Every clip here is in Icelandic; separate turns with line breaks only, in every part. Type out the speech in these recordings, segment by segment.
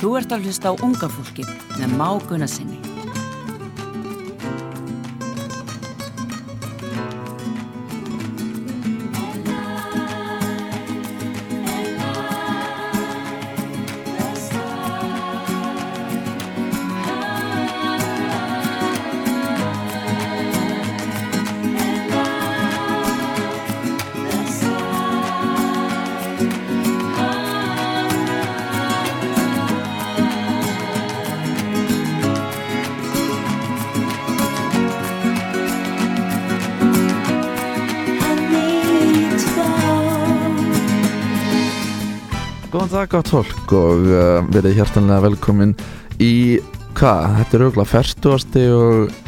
Þú ert að hlusta á unga fólkið með Má Gunnarsinni.
Góðan dag, gott fólk og uh, verið hjertanlega velkomin í, hvað, þetta er auðvitað ferstuasti og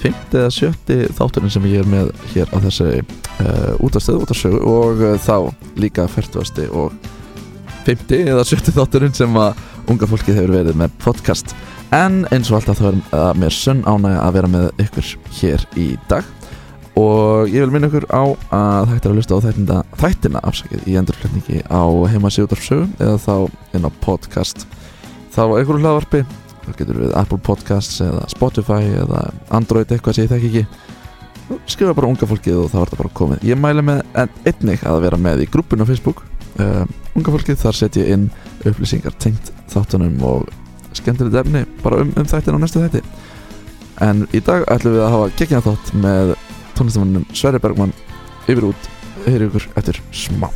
50 eða 70 þátturinn sem ég er með hér á þessi uh, útastöðu, útastöðu og uh, þá líka ferstuasti og 50 eða 70 þátturinn sem að unga fólkið hefur verið með podcast en eins og alltaf þá er uh, mér sönn ánægja að vera með ykkur hér í dag og ég vil minna ykkur á að þetta er að hlusta á þættina, þættina afsakið í endurflutningi á heimasíðutarfsögu eða þá inn á podcast þá á einhverju hlaðvarpi þá getur við Apple Podcasts eða Spotify eða Android eitthvað sem ég þekki ekki skrifa bara unga fólkið og þá er þetta bara komið ég mæli með en einnig að vera með í grúppun á Facebook uh, unga fólkið þar setj ég inn upplýsingar tengt þáttunum og skemmtilegt efni bara um, um þættin á næstu þætti en í dag ætlum við að hafa gekkina þátt með tónlistamanninum Sverri Bergman yfir út, heyri ykkur eftir smá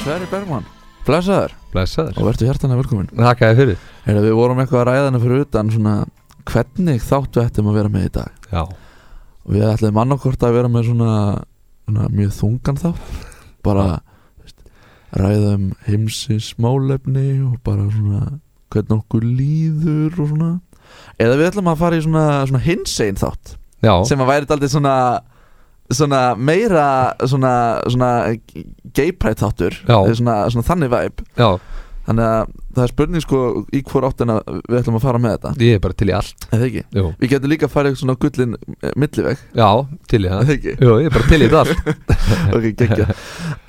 Sverri Bergman, blessaður
Blessaður
og verður hjartanlega velkomin
Þakka þér fyrir
Heyrðu, við vorum eitthvað að ræða hana fyrir utan svona, hvernig þáttu ættum að vera með í dag
Já
og við ætlum annarkort að vera með svona, svona mjög þungan þátt bara þú veist, ræða um heimsins málefni og bara svona hvernig okkur líður og svona eða við ætlum að fara í svona, svona hinsegin þátt
Já
sem að væri daldið svona svona meira svona, svona gay pride þáttur
Já.
Eða svona, svona þannig væp
Já
þannig að það er spurning sko í hvor áttina við ætlum að fara með þetta
Ég er bara til í allt
eða ekki
Jú
við getum líka að fara eitthvað svona gullin eh, milliveg
Já, til í það
eða ekki
Jú, ég er bara til í þetta allt
ok, geggja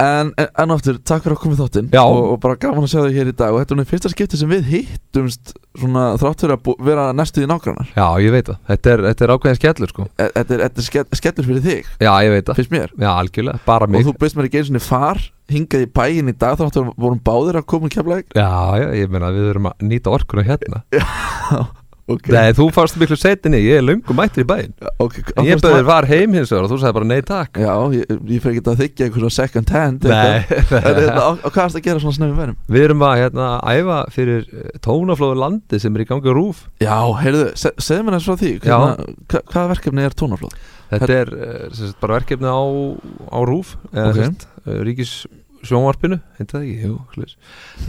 en en- enn og aftur, takk fyrir að koma í þáttinn
Já.
og, og bara gaman að sjá þig hér í dag og þetta er nú fyrsta skipti sem við hittumst svona þrátt fyrir að bú- vera næstu í nágrannar
Já, ég veit það Þetta er, þetta er ákveðin skellur sko
E- þetta er, þetta er skell- skellur fyrir þig
Já, ég veit það
finnst mér
Já, algjörlega Bara
og
mig
þú byrst mér ekki einu svona far hingað í bæin í dag þrátt fyrir að vorum báðir að koma í keflæk
Já, já, ég meina við erum að nýta orkuna hérna
ok,
Nei, þú fannst miklu setinni Ég er löngu mættur í bæinn
ok
Ég bauðir var heim hins vegar og þú sagði bara nei takk
já, ég, ég fer ekki að þykja einhverja second hand En
Nei
hérna, og og hvað er þetta að gera svona snöfum verðum?
Við erum að hérna, æfa fyrir eh, tónaflóðu landi sem er í gangi á rúf
Já, heyrðu, se segðu mér næst frá því hvernig, hva Hvaða verkefni er tónaflóð?
Þetta er eh, sem sagt, bara verkefni á, á Eh, RÚF eða,
Ok.
okay. sest, Ríkis sjónvarpinu Heitir það ekki, jú, hlis.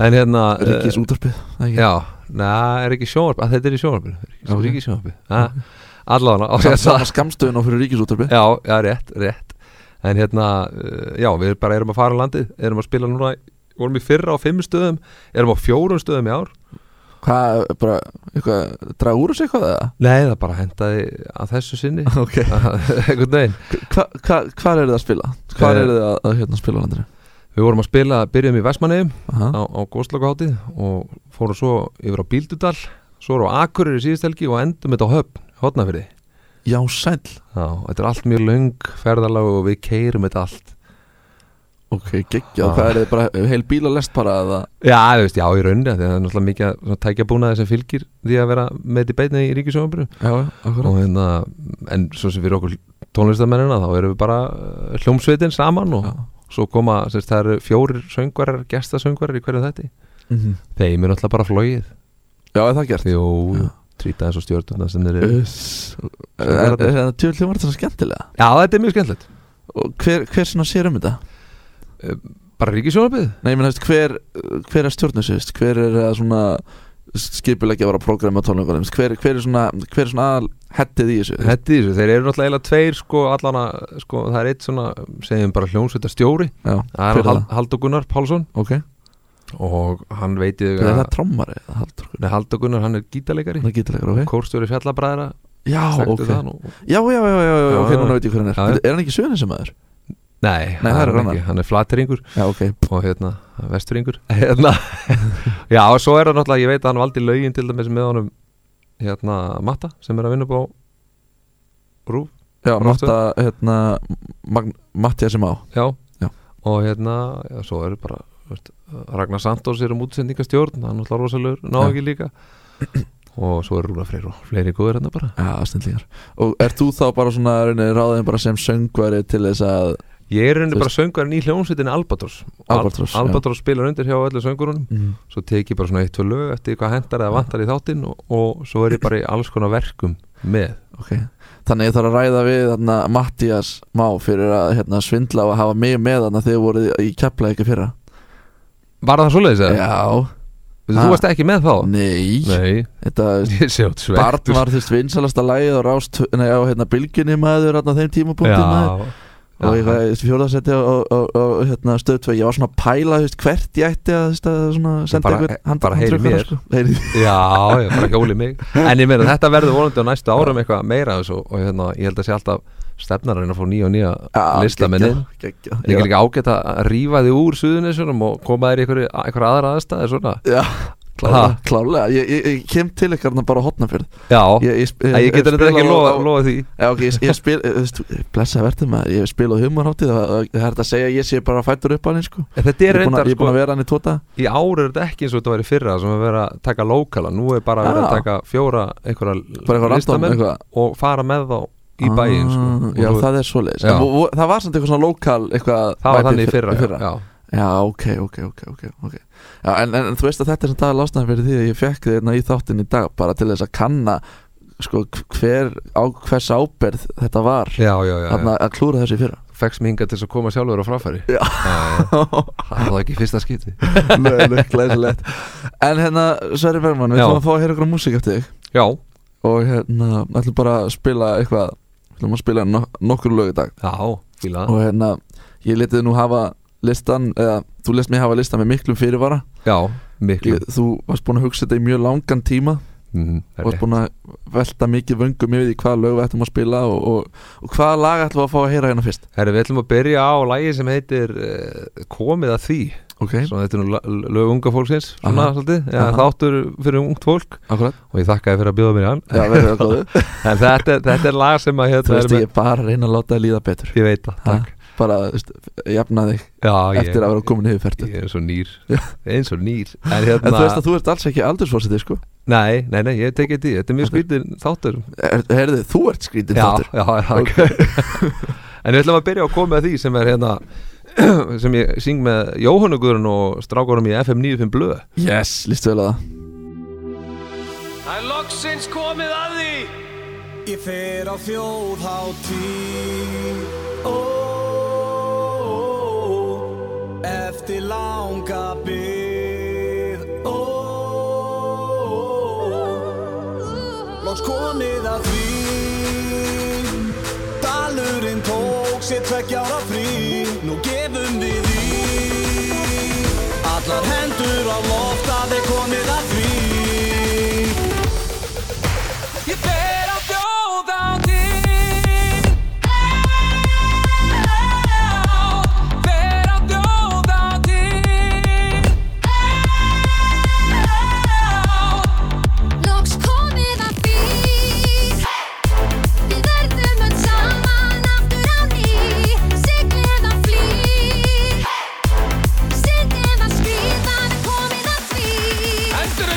En hérna
Ríkis
eh,
útarpið
Já, neða, er ekki sjónvarp að Þetta er í sjónvarpinu, Ríkis,
Ok. Ah,
okay. Ríkis sjónvarpi Allána
Sama skamstöðun á fyrir ríkis útarpið
Já, já, rétt, rétt En hérna, eh, já, við bara erum að fara á landið Erum að spila núna, vorum í fyrra á fimm stöðum Erum á fjórum stöðum í ár
Hvað, bara, eitthvað, draga úr þessu eitthvað eða?
Nei, það bara hendaði að þessu sinni
Ok
einhvern veginn
Hvar hva, hva er þið að spila? Hvar
Eh,
er þið að, að hérna, spila á landinu?
Við vorum að spila, byrjum í Vestmanneum
Aha.
á, á Góðslaguháttið og fórum svo yfir á Bíldudal svo erum á Akureyri síðust helgi og endum þetta á Höfn, Hotnafyrði
Já, sæll
Já, þetta er allt mjög löng ferðalag og við keirum þetta allt
Ok, geggja
Ah.
Hvað er þið bara, heil bíla lest bara eða?
Já, þú veist, já, í rauninni af því að það er náttúrulega mikið af svona tækjabúnaði sem fylgir því að vera með í beinni í ríkisjónabru
Já, akkurat
og hérna, en svo sem fyrir okkur tónlistamennina þá erum við bara eh, hljómsveitin saman og
Já.
svo koma, sem sagt, það eru fjórir söngvarar, gestasöngvarar í hverju þetta
Mhm.
Þeim er náttúrulega bara flogið
Já, er það gert?
Jú,
Já. Uh.
trýta eins og stjórnuna sem þeir eru
Uss. Er er- er það tjóðlega var þetta skemmtilega?
Já, þetta er mjög skemmtilegt
Og hver, hver svona sér um þetta?
bara ríkisjónarbið
Nei, ég menn, hefst, hver, hver er stjórnusist? Hver er að svona skipulegja að vera að prógrama tónleikar hefst? hver, hver er svona, hver er svona aðal hettið í þessu?
Þetta í þessu, þeir eru náttúrulega eiginlega tveir sko allana, sko það er eitt svona segjum bara hljómsveitar stjóri
Já, hver
það er
er
Hal-
það?
Halldór Gunnar Pálsson
Ok,
og hann veitið
er það trommari? eða Halldór?
Nei, Halldór Gunnar, hann er gítarleikari
Það getur leikar, ok
Kórstjóri fjallabræðra
Já, ok
okay.
Já, já, já, já, já,
Já,
ok,
já.
núna veit ég hver hann er
Já, já.
Er hann ekki söðan sem aður?
Nei,
Nei, það er
hann
annar.
ekki, hann er flatteringur
Já, ok
og hérna, vesturingur hérna. Já, og svo er það náttúrulega, ég veit að hann valdi lögin til dæmis með honum hérna, Matta, sem er að vinna upp á Rúf,
Já,
Ráttu.
Matta, hérna, Magn, Mattia sem á
já,
Já.
og hérna, já, svo eru bara veist, Ragnar Sandós er um útsendingastjórn hann er náttúrulega rosalur, ná
Já.
ekki líka og svo eru Rúna Freyr og fleiri góður hérna bara
Já, snillingar Og ert þú þá bara svona raunir, ráðin bara sem söngvari til þess að
Ég er henni
Þú
bara söngarinn í hljómsveitinni Albatross Al-
Albatross, já.
Albatross spilar undir hjá öllu söngurunum
mm.
svo tek ég bara svona eitt tvö lög eftir hvað hendar eða vantar í þáttinn og, og svo er ég bara í alls konar verkum með
Ok Þannig ég þarf að ræða við hérna, Mattias Má fyrir að hérna, svindla og að hafa mig með hann þegar þið voruð í kepla ekki fyrra
Var það svoleiðis eða?
Já,
Veistu,
Ha.
Þú varst ekki með þá?
nei,
Nei,
Þetta
ég sé átt svegt
Barn var þvist vinsalasta lagið og rást Nei, á hérna bylginni maður hérna, þeim tímapunkti maður
Já,
og ég
já.
var í fjórðarsetti og, og, og, og hérna, stöð 2 ég var svona að pæla þú veist, hvert ég ætti að, þú veist, að svona, senda
bara-
einhvern hand-
bara heyri
handrökkara,
mér.
sko. heyri,
já, ég bara hjóli mig En ég meina þetta verður vonandi á næstu árum eitthvað meira af þessu og, og hérna, ég held að sé alltaf stefnar að reyna að fá nýja og nýja listamenni Ég er
já,
líka ágætt að rífa þig úr suðunisjónum og koma þér í einhverju- einhverja aðra aðstæði svona
já,
Ha.
klálega, klálega. Ég, ég, ég kem til ykkar þarna bara hotna fyrir
Já, ég,
ég, ég, sp-
ég, get þetta ekki
spila
lofa,
á-
lofa því
Já, ok, ég, ég spil, eh, þú veist, blessa verður maður, ég spil á humorháttið og og það er þetta að segja að ég sé bara fættur upp á hann, sko
En Þetta
Ég er
er
búin að-
reyndar
ég er búin
sko
að vera hann í tóta
í ár er þetta ekki eins og þetta væri í fyrra sem er verið að taka lokala, nú er bara verið að
Já.
taka fjóra einhverja
Bara eitthvað random,
listamenn
eitthvað.
og fara með þá í bæinn sko.
Ah,
Og
Já,
þú-
það er svoleiðis
Já.
En vo- vo- Það var samt eitthvað svona lokal eitthvað
það var
væpið
þannig í
fyr-
fyrra, Já,
Já, ok, ok, ok, ok, ok. Já, en, en, en þú veist að þetta er sem dagar lásnaði fyrir því að ég fekk þið hérna í þáttin í dag bara til þess að kanna sko, hver, á, hvers áberð þetta var
já, já, já, já.
þarna, að klúra þessu í fyrra
fegst mig hingað til þess að koma sjálfur á fráfæri
Já.
já. það var ekki í fyrsta skipti
Nei, nei, glæsilegt En hérna, Sverri Bergman, við
Já.
ætlum að fá að heyra okkur músík eftir þig
Já,
og hérna, ætlum bara að spila eitthvað ætlum að spila no nokkur lög í dag
já, fíla
og hérna, ég letið nú hafa listan, eða þú lest mig hafa listan með miklum fyrirvara
Já, miklu
ég, þú varst búin að hugsa þetta í mjög langan tíma
Mhm,
og
það er
varst
rétt.
búin að velta mikið vöngum yfir því hvaða lög við ættum að spila og, og, og hvaða lag ætlum við að fá að heyra hérna fyrst
Herri, við ætlum að byrja á lægi sem heitir uh, Komið að því
ok,
Svo þetta er nú la- lög unga fólksins svona,
Aha.
svolítið, já,
Aha.
Þáttur fyrir ungt fólk
akkurat
Og ég þakkaði fyrir að bjóða mér í hann
já, verður það góðu
En þetta, er- þetta er lag sem að
þú
hérna
veist, ég er bara að reyna að láta það líða betur
Ég veit það,
Ha,
takk
bara, þú veist, jafna þig
Já, ég,
eftir að vera komin yfir færtu
Ég er svo nýr Eins og nýr En
en þú veist
hérna
að þú ert alls ekki aldursforsiti, sko
Nei, nei, nei, ég tekið því Þetta er mjög
Ok.
skvítin þáttur
er, herðu, þú ert skrítið
Já,
þáttur
já, takk En við ætlum að byrja á að koma að því sem er hérna sem ég syng með Jóhannugurinn og strákurum í FM 95 blöð
yes, lístu vel að það
Það er loksins komið að því
Ég fer á þjóðháttíð ó, ó, ó, Eftir langa bið ó, ó, ó, Loks komið að því Dalurinn tók sér tveggjára frí Nú gefum við í Allar hendur á loft að þeir komið að því
Ég fer á þjóð á því Fer á þjóð á því
Loks komið að því Við verðum öll saman aftur á ný Sigl eða flý Sitt eða skrið Það er komið að því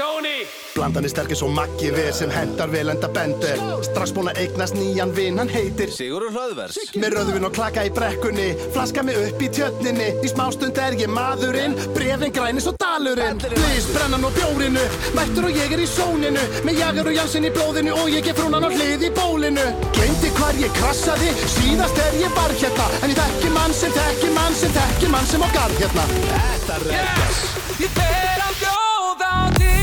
Maggi
Blandan er sterkir svo maggi við sem hendar vel enda bender Strax búin að eignast nýjan vin, hann heitir
Sigurður Hlöðvers
Með röðvin og klaka í brekkunni Flaska mig upp í tjörninni Í smástund er ég maðurinn Brefin grænis og dalurinn Blís, brennan og bjórinu Mættur og ég er í sóninu Með jagar og jansinn í blóðinu Og ég er frúnan á hlið í bólinu Gleymdi hvar ég krassaði Síðast er ég var hérna En ég þekki mann sem þekki mann sem þekki mann sem á garð hérna Þetta er yes.
Ég fer að bjóða þér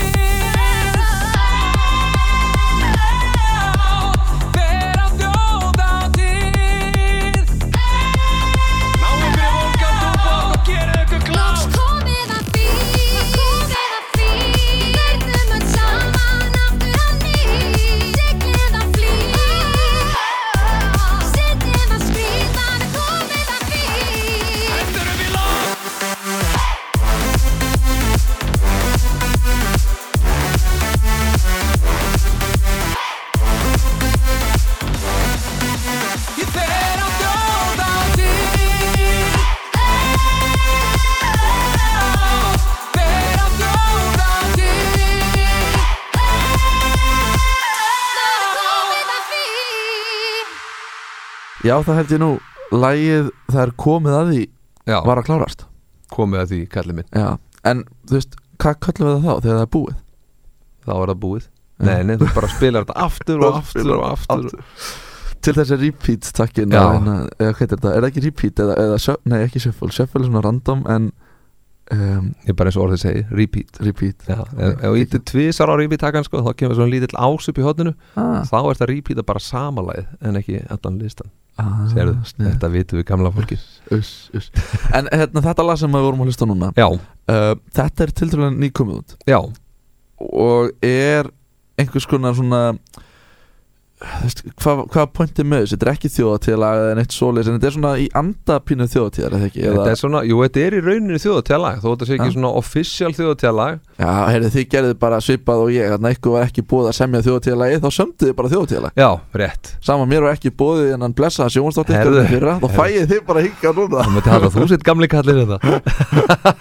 Fer að bjóða þér Náum fyrir volkan og bók og gera ykkur
Loks
klár
komið að því Komið að því Við verðum öll saman aftur að ný Siglið að flý Sittið að skrifa Við komið að því
Hendur upp í loft Ég fer að bjóða þér Fer að bjóða þér
Komið að því
Já, það held ég nú Lægið, það er komið að því
Já,
Var að klárast
komið að því kallið minn
Já, en þú veist Hvað kallum við það þá þegar það er búið?
Þá er það búið Nei, nei, þú bara spilar þetta aftur og aftur og aftur
Til þessi repeat takkin
Já.
að reyna- Eða hvað er þetta? Er það ekki repeat? Eða, eða, shuff- nei, ekki shuffle Shuffle er svona random en um,
Ég er bara eins og orðið segir, repeat
Repeat
Já, ef ef þú ítir tvisar á repeat takkan sko þá kemur svona lítill ás upp í hotninu
ah,
þá er þetta repeata bara samanlæð en ekki allan listan
ah,
Sérðu,
snið.
þetta vitum við gamla fólki
uss, uss. En hérna, þetta lag sem við vorum að hlusta á núna
Já,
uh, Þetta er tiltrúlega nýkomið út
já,
Og er einhvers konar svona þú veist, Hvað hva pointið með þessu? Þetta er ekki þjóðatíðalag eða neitt svoleiðis En þetta er svona í andapínu þjóðatíðar eða ekki? Eða,
þetta er svona, jú, þetta er í rauninni þjóðatjálag þó þetta sé ekki
Já.
svona official þjóðatjálag
Já, heyrðu, þið gerðu bara svipað og ég Þannig að ykkur var ekki búið að semja þjóðatíðalagi Þá sömdu þið bara þjóðatíðalag
Já, rétt
Sama mér var ekki búið en hann blessa sjónvarsdóttir
Heyrðu,
Þá fæið þið bara hinga núna
Það myndi halda að þú sitt gamli kallir þetta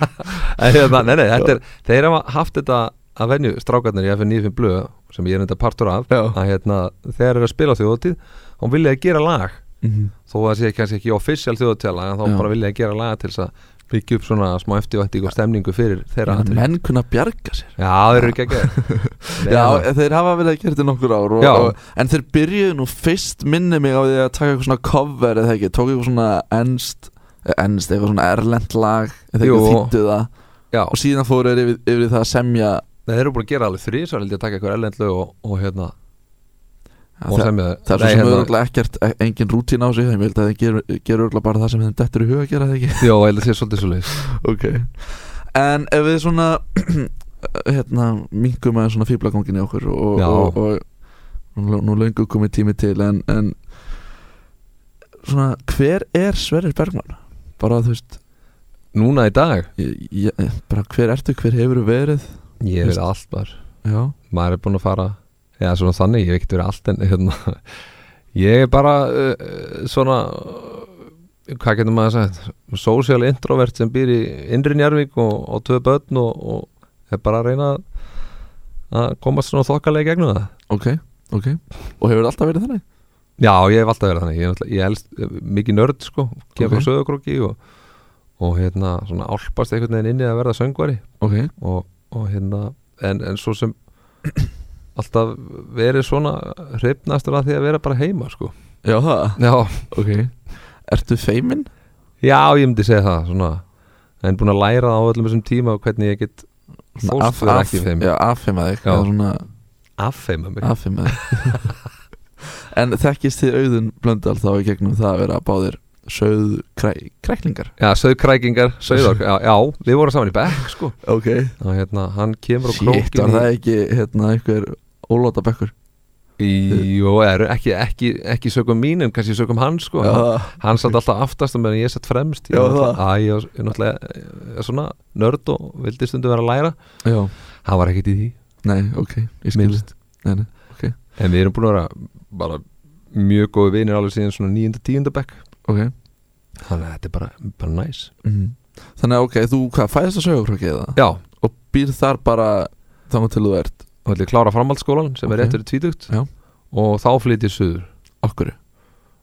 En hérna, Nei, nei, þetta er Þeir hafa haft þetta að venju strákarnir í FN95 blöð sem ég er enda partur af
Já.
að hérna, þegar þeir eru að spila á þjóðatíð og vilja að gera lag
Mhm.
þó að það sé kannski ekki official þjóðatíðalag en þá
Já.
bara vilja að gera lag til þess að byggja upp svona smá eftirvætting og stemningu fyrir þeirra atriði.
Menn kunna bjarga sér
Já, þeir eru ekki að
Já, þeir hafa verið að gera þetta í nokkur ár og,
Já.
og, En þeir byrjuðu nú fyrst minni mig á því að taka eitthvað svona cover eða ekki Tók eitthvað svona ennst, ennst eitthvað svona erlend lag eða ekki
Jú.
þýttu það
Já,
Og síðan fóru þeir yfir, yfir í það að semja
Nei, þeir eru búin að gera alveg þrý svo held ég að taka eitthvað erlendlu og, og hérna og
það,
semja
það er
Nei,
svo sem
hérna-
örgulega ekkert, e- engin rútín á sig Þeim vildi að þeir gerur ger örgulega bara það sem þeim dettur í huga að gera það ekki
Jó, ég held að sé svolítið svo leis
Ok En ef við svona, hérna, mingum að svona fýblagongin í okkur Og,
Já.
og, og, og nú löngu komið tími til en, en svona, hver er Sverrir Bergman? Bara þú veist,
Núna í dag,
ég, ég, bara hver ertu, hver hefur verið?
ég
Veist-
er allt bara
Já,
maður er búin að fara já, svona þannig, ég hef ekkert verið allt en hérna, ég er bara uh, uh, svona uh, hvað getur maður að segja social introvert sem býr í innri njárvík og, og tvö börn og, og er bara að reyna að- að komast svona þokkalega í gegnum það
ok, ok Og hefur alltaf verið þannig?
já, ég hef alltaf verið þannig, ég, er náttúrulega- ég elst mikið nörd sko,
Ok.
kemur frá söðukróki og, og hérna, svona álpast einhvern veginn inni að verða söngvari
Ok,
og, og hérna en, en svo sem alltaf verið svona hrifnastur að því að vera bara heima sko
já það,
já,
ok Ertu feimin?
já ég myndi segja það svona en búin að læra það á öllum þessum tíma og hvernig ég get fórst
Af-
fyrir
af-
ekki þeim
Já, affeima þig
Já.
eða svona,
affeima mig
affeima þig En þekkist þið auðun blöndal þá í gegnum það að vera báðir söð kræ, kræklingar
já, söðkrækingar, söðar já, já, við vorum saman í bekk sko
Ok
og hérna, hann kemur á
Shit, var
krókin
það ekki hérna einhver ólóta bekkur
í, jú, er, ekki, ekki, ekki sögum mín en kannski sögum hann sko
Já,
hann satt alltaf aftast og meðan ég satt fremst ég
Já,
var
það.
náttúrulega- Æ, ég var- ég náttúrulega eh, svona nörd og vildi stundu vera að læra
já
hann var ekkert í því
Nei, ok, ég skilst Nei, nei, ok,
en við erum búin að vera bara mjög góði vinir alveg síðan svona 9. 10. bekk
ok
þannig að þetta er bara, bara næs
mm. Þannig að ok, þú hvað, fæðist að sögurkroki eða?
já,
Og býr þar bara þannig til þú ert
og ætli að klára framhaldsskólan sem
Ok.
er réttur í tvítugt
Já.
og þá flytja í suður
okkur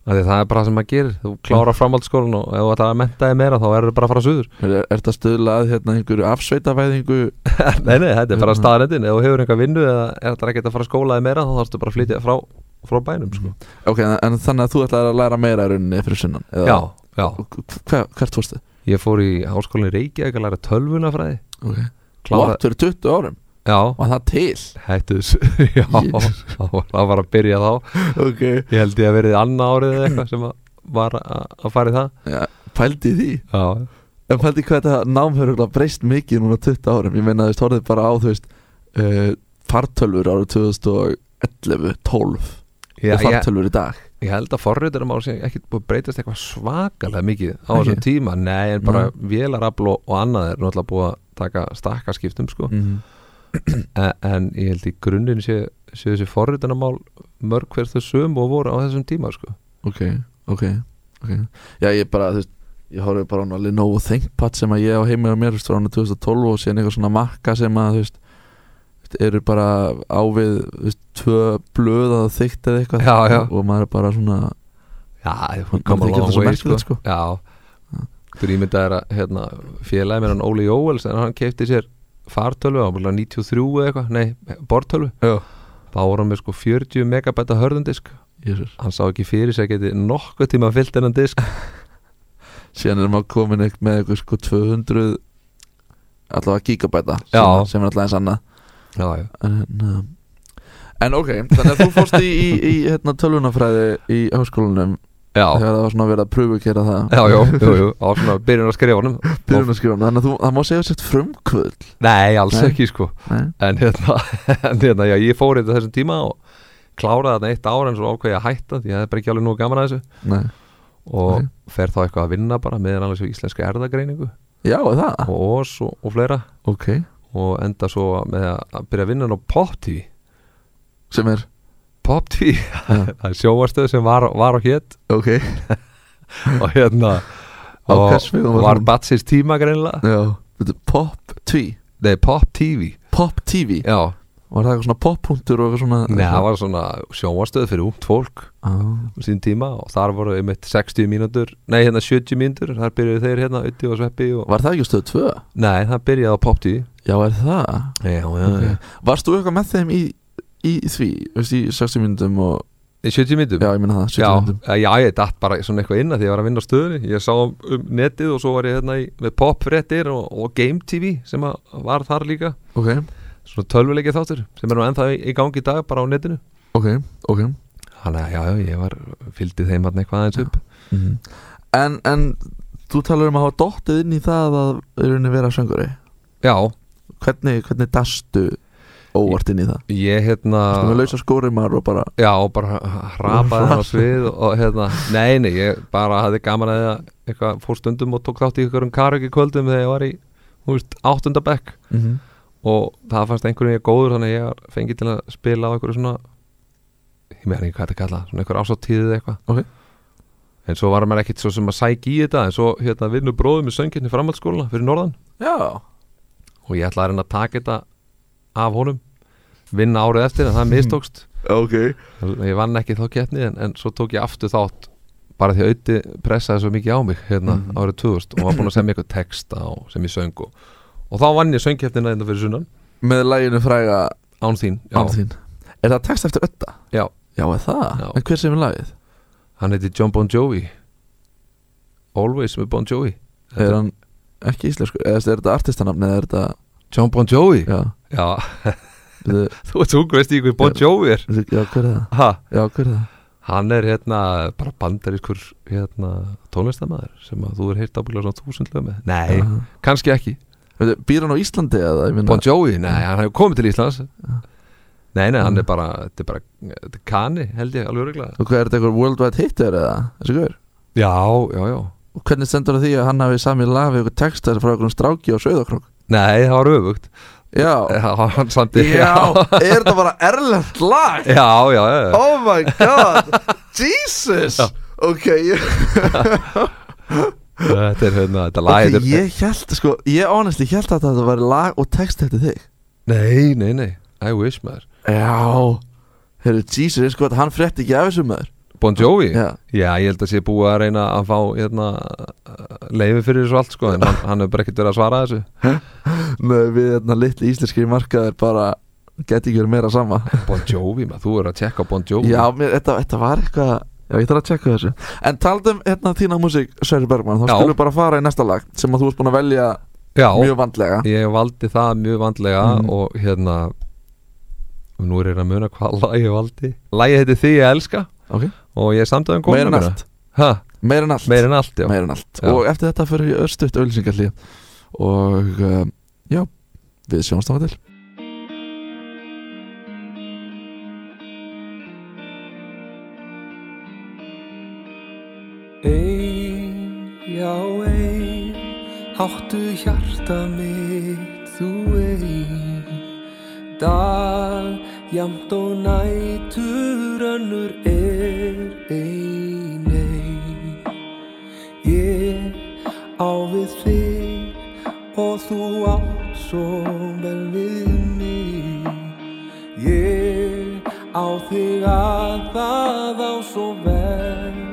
Af því það er bara það sem maður gerir, þú klára framhaldsskólan og ef þú ætlar að menta þig meira þá erur bara að fara suður
Er, er þetta stuðlað hérna einhverju afsveitavæðingu
Nei, nei, þetta er bara
Mhm.
staðarendin ef þú hefur einhver vinnu eða ætlar ekki að fara að skóla þig meira þá þarfstu bara að flytja frá, frá bænum sko.
Ok, en, en þannig að þú ætlaði að læra meira í rauninni fyrir sunnan eða-
Já, já,
Hva, Hvert fórstu?
ég fór í háskólinni Reykjavík að læra tölvunafræði
Ok
Klára-
Látt fyrir 20 árum
Já,
Var það til?
hættu þessu Já,
Jesus.
þá var það var að byrja þá
Ok
Ég held ég að verið annað árið eða eitthvað sem að var að að fara í það
ja, Pældi í því
Já,
En pældi í hvað þetta nám hefur örugglega breyst mikið núna á 20 árum Ég meina þú veist, horfið bara á þú veist uh, Fartölfur árið 2011, 12
já
Og
ég,
fartölfur í dag
ég held að forritur mál sem ekki búið að breytast eitthvað svakalega mikið á þessum tíma Nei, en bara vélarafl og, og annað er náttúrulega búið að taka stakkaskiptum sko.
mm.
en, en ég held í grunninn sé, sé þessi forritunarmál mörg hver þau sömu og voru á þessum tíma sko.
Ok, ok, ok Já, ég bara, þú veist, ég horfði bara á hana Lenovo ThinkPad sem að ég á heima á mér, þú veist, frá hana 2012 og síðan eitthvað svona makka sem að, þú veist, eru bara á við, þú veist, tvö blöð að þykta eða eitthvað
Já, já.
og maður er bara svona
Já,
Hún
hún kom
þykir
að
þetta
long
svo
way sko.
merkilegt, sko.
Já, þú ímyndað er að hérna, félagi með hann Óli Jóels en hann keipti sér fartölvu á 93 eða eitthvað, nei, bortölvu
Já.
þá voru hann með sko 40 megabæta hörðundisk
Jésús.
hann sá ekki fyrir sér að geti nokkuð tíma fyllt enn disk
síðan er maður komin eitthvað með eitthvað sko 200 allavega gigabæta
Já.
sem, sem er allavega eins annað
já, já.
en, hérna, en ok, þannig að þú fórst í, í, í hérna, tölvunafræði í háskólanum
já,
þegar það var svona verið að pröfu að gera það
já, já, jú, jú, á svona byrjun að skrifa honum
Byrjun að skrifa hann, þannig að þú, það má segja sett frumkvöld
nei, alls
Nei.
ekki sko
Nei.
en hérna, en hérna já, ég fór þetta þessum tíma og kláraði þarna eitt ára en svo ákveði ég að hætta því að það er bara ekki alveg nú gaman að þessu
Nei.
og fer þá eitthvað að vinna bara meðan alveg svo íslenska erðagreiningu
Já, er það?
og OS og, og fleira
Ok
og enda svo með að- að byrja að vinna á PopTV
Sem er,
PopTV,
Já.
það er sjóvarstöð sem var, var á hétt
ok
og hérna
Á
og
hvers vegum var
var
hún?
Batsins tíma greinlega
Já Þetta er Pop 2
Nei, PopTV
Pop TV
Já,
Var það eitthvað svona poppunktur og eitthvað svona
Nei, það var svona sjóvarstöð fyrir umt fólk
ah,
um sín tíma og þar voru einmitt 60 mínútur Nei, hérna 70 mínútur, þar byrjuðu þeir hérna Utti og Sveppi og
Var það ekki á stöð 2?
Nei, það byrjaði á PopTV
Já, er það?
Já, já, já
Varst þú eitthvað með þeim í, í því? Þú veist, í 60 minnundum og
70 mínútur
Já, ég meina það, 70
Já, eh,
minnundum
já, ég datt bara svona eitthvað inn að því ég var að vinna á stöðunni Ég sá um, um netið og svo var ég hérna í, með popfréttir og, og Game TV sem að var þar líka
Ok,
Svona tölvuleikið þáttur sem er nú ennþá í, í gangi í dag bara á netinu
ok, ok
Þannig að já, já, ég var, fylgdi þeim hann eitthvað aðeins upp
En, en Þú talar um að hafa dottið inn í það að í rauninni vera söngari
Já,
Hvernig, hvernig dastu óvart inn í það?
ég hérna
Þú með lausa skórimar og bara
Já, og bara hrapaði hann á svið og, og hérna, nei, nei, ég bara hafði gaman að það eitthvað fór stundum og tók þátt í ykkur um karöki kvöldum þegar ég var í, þú veist, áttundabekk
mm -hmm.
og það fannst einhverjum ég góður þannig að ég var fengið til að spila á einhverju svona ég meðan ekki hvað þetta kalla svona einhverju ásáttíðið eða eitthvað
Ok.
en svo var maður ekkit svo sem að sækja í þetta en svo hérna vinnu bróðum í sönginni framhaldsskóla fyrir norðan
Já
og ég ætlaði að reyna að taka þetta af honum vinna árið eftir en það mistókst
Ok
ég vann ekki þá keppni en, en svo tók ég aftur þátt bara því að auði pressaði svo mikið á mig hérna árið 2000 og var búin að semja eitthvað texta og sem ég söng og, og þá vann ég söngkeppnina þetta fyrir sunnan
Með læginu fræga
án þín, já,
án þín Er það text eftir ötta?
Já.
Já, er það?
Já.
En hver sem er lagið?
Hann heiti John Bon Jovi Always með Bon Jovi Þetta
Er hann ekki íslensku? Eða er þetta artistanafni eða er þetta
John Bon Jovi?
Já,
Já,
Bíddu,
þú veist, hún veist í hver Bon Jovi er
bíddu, já hver er það?
ha,
Já, hver er það?
Hann er hérna bara bandarískur hérna, tónlistamæður sem að þú er heilt ábygglega svona þúsund lög með Nei,
Já.
kannski ekki
Veitu, Býr hann á Íslandi eða? Ég meina-
Bon Jovi, nei, Mm. hann hefur komið til Íslands Nei, nei, hann er bara þetta er bara, þetta er Kani, held ég, alveg regla
Og hvað er þetta eitthvað worldwide hitter eða? Þessi hver?
Já, já, já
Og hvernig stendur á því að hann hafi samið lag við eitthvað textar frá eitthvað stráki á Söðakrok?
Nei, það var öfugt
Já
Já, hann samdi
Já, er þetta bara erlend lag?
já, já, já, já.
Oh my god Jesus Ok, ég
Þetta er hérna, þetta lag
Ok,
þetta er-
ég held, sko, ég honestly held að þetta var lag og text eftir þig
Nei, nei, nei I wish maður
Já Herru, Jesus, sko, hann frétti ekki af þessum maður
Bon Jovi?
Já.
ég held að sé búið að reyna að fá hérna, leifi fyrir þessu allt sko, en hann, hann hefur bara ekkert verið að svara þessu
Með við þarna litli íslenskir markaðir bara Geti ekki verið meira sama
Bon Jovi, maður, þú er að tjekka á Bon Jovi
Já, mér, þetta, þetta var eitthvað Já, ég þarf að tjekka þessu En taldum hérna þína músík, Sverri Bergman Þá
Já.
skulum við bara fara í næsta lag Sem að þú varst búin að velja
Já,
mjög vandlega
ég valdi það mjög vandlega
Mhm.
og hérna og nú er ég að muna hvað lag ég valdi Lagið heiti Því ég elska
okay.
og ég er samtöðum
Meira en allt Meira en allt
Meir en allt, já
Meira en allt
Já.
Og eftir þetta fyrir ég örstuðt auðlýsingarlíð Og um, já, við sjónast þá til
Ein, já ein, áttu hjarta mitt þú ein Dag, jamt og nætur önnur er ein ein Ég á við þig og þú átt svo vel við mig Ég á þig að það á svo vel við mig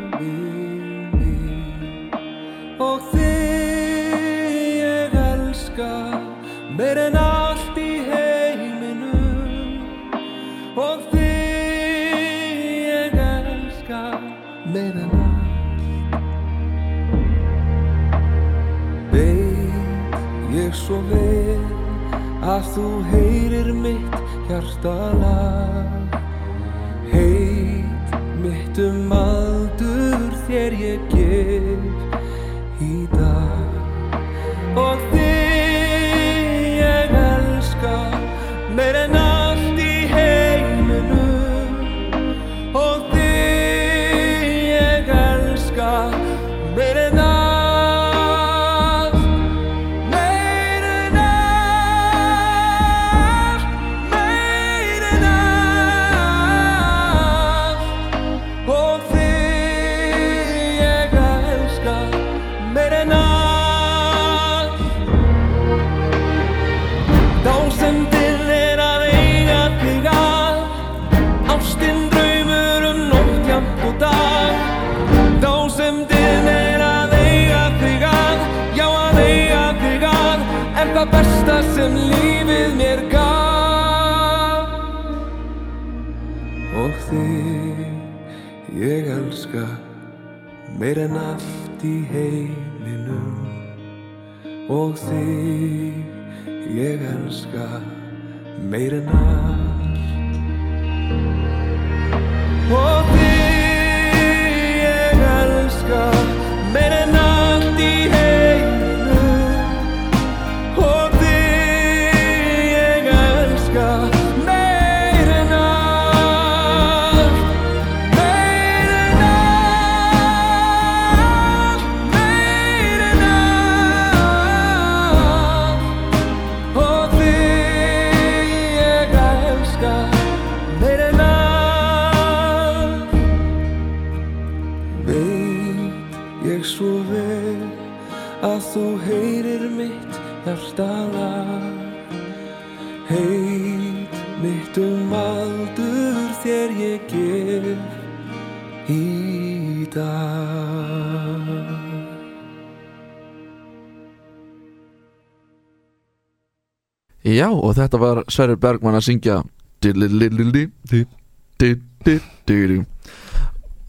Og þig ég elska meir en allt í heiminum Og þig ég elska meir en allt Veit ég svo vel að þú heyrir mitt hjartalag Heit mitt um aldur þér ég gef í dag Og þig ég elska meir en allt í heiminum Og þig ég elska meir en allt, meir en allt, meir en allt. Og þig ég elska meir en allt. Dásendin er að eiga þig að Ástinn draumur um nótt jafn og dag Dásemdin er að eiga þig að Já að eiga þig að En það besta sem lífið mér gaf Og þig ég elska Meir en allt í heiminum Og þig ég elska Meir en allt Og þig ég elska meir en allt í heiminum. Og þig ég elska meir en allt, meir en allt, meir en allt. Og þig ég elska meir en allt Veit ég svo vel að þú heyrir mitt hjartalag Heit mitt um aldur þér ég gef í dag
Já, og þetta var Sverri Bergman að syngja Dilililili Dilililili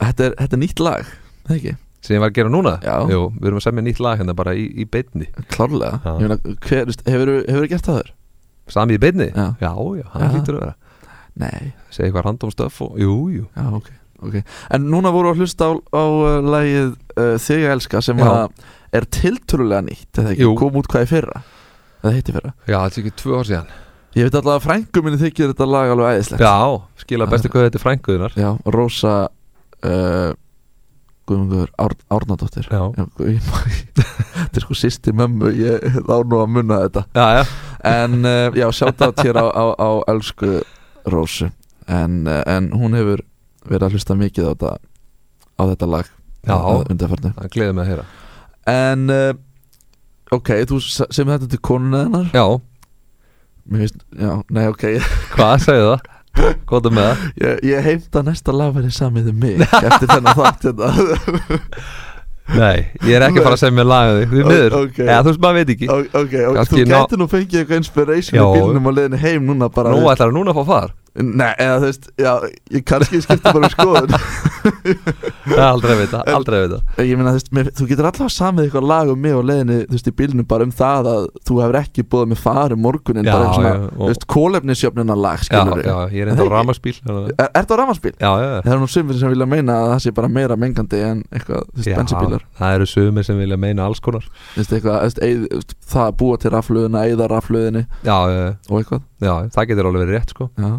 Þetta er, þetta er nýtt lag, það ekki?
sem ég var að gera núna
Já.
Jú, við erum að semja nýtt lag hérna bara í, í beinni
Klárlega
Já.
Ég meina, hver, veist, hefur, hefur gert það þurr?
Sami í beinni?
Já.
já, hann
Já.
hlýtur að vera
Nei,
segja eitthvað random stuff og, jú, jú
já, ok, ok En núna voru að hlusta á, á uh, lagið uh, Þegar ég elska sem
Já.
að er tiltrúlega nýtt eða ekki,
Jú.
kom út hvað í fyrra Það heitti fyrra
Já, þetta er ekki tvö ár síðan
Ég veit alltaf að frængu minni þykir þetta lag alveg æðislegt
Já, skila bestu hvað þetta er frænguðunar
Já, Rósa uh, Guðmundur Ár, Árnadóttir
Já,
Já, ég má- Þetta er sko sýsti mömmu Ég þá nú að munna þetta
já, já,
En uh, já, sjátt átt hér á, á, á Elsku Rósu en, uh, en hún hefur verið að hlusta mikið á þetta, á þetta lag
Já.
Hérna,
eh,
undanfarnu.
það gleði mig að heyra
En uh, ok, þú s- semur þetta til konuna hennar
Já,
Mér finnst, já, nei ok Ég,
Hvað segir það? Góðum með það
ég heimta næsta lag verið samið um mig Eftir þennan þátt hérna. þetta
Nei, ég er ekki að fara að segja mér laga því Því miður,
Ok.
eða þú veist maður veit ekki
Ok, ok, ok,
Kannski
þú
ná-
gæti nú fengið eitthvað inspiration
Já.
í bílnum og leiðinu heim núna bara
Nú ætlar það núna að fá far
Nei, eða þú veist, já, ég kannski skipta bara um skoðun
Aldrei veit það, aldrei veit það
Ég meina, þú veist, mér, þú getur allavega samið eitthvað lag um mig og leiðinu, þú veist, í bílnum bara um það að þú hefur ekki búið með fari morgunin
Já,
bara um svona,
já, og-
þú veist, kólefnisjöfnuna lag,
Já,
skilur
já, ég er enda á ramaspíl Já,
Er, ertu á rafmarsbíl?
já, já
Það er nú sumir sem vilja meina að það sé bara meira mengandi en eitthvað, þú veist,
Já,
bensibílar
Það eru sögumir sem vilja meina alls konar
Þú veist, eitthvað, þú veist, eyð- þú veist, það að búa til rafluðuna, eða rafluðinni
Já, já, já,
og eitthvað
já, það getur alveg verið rétt sko
Já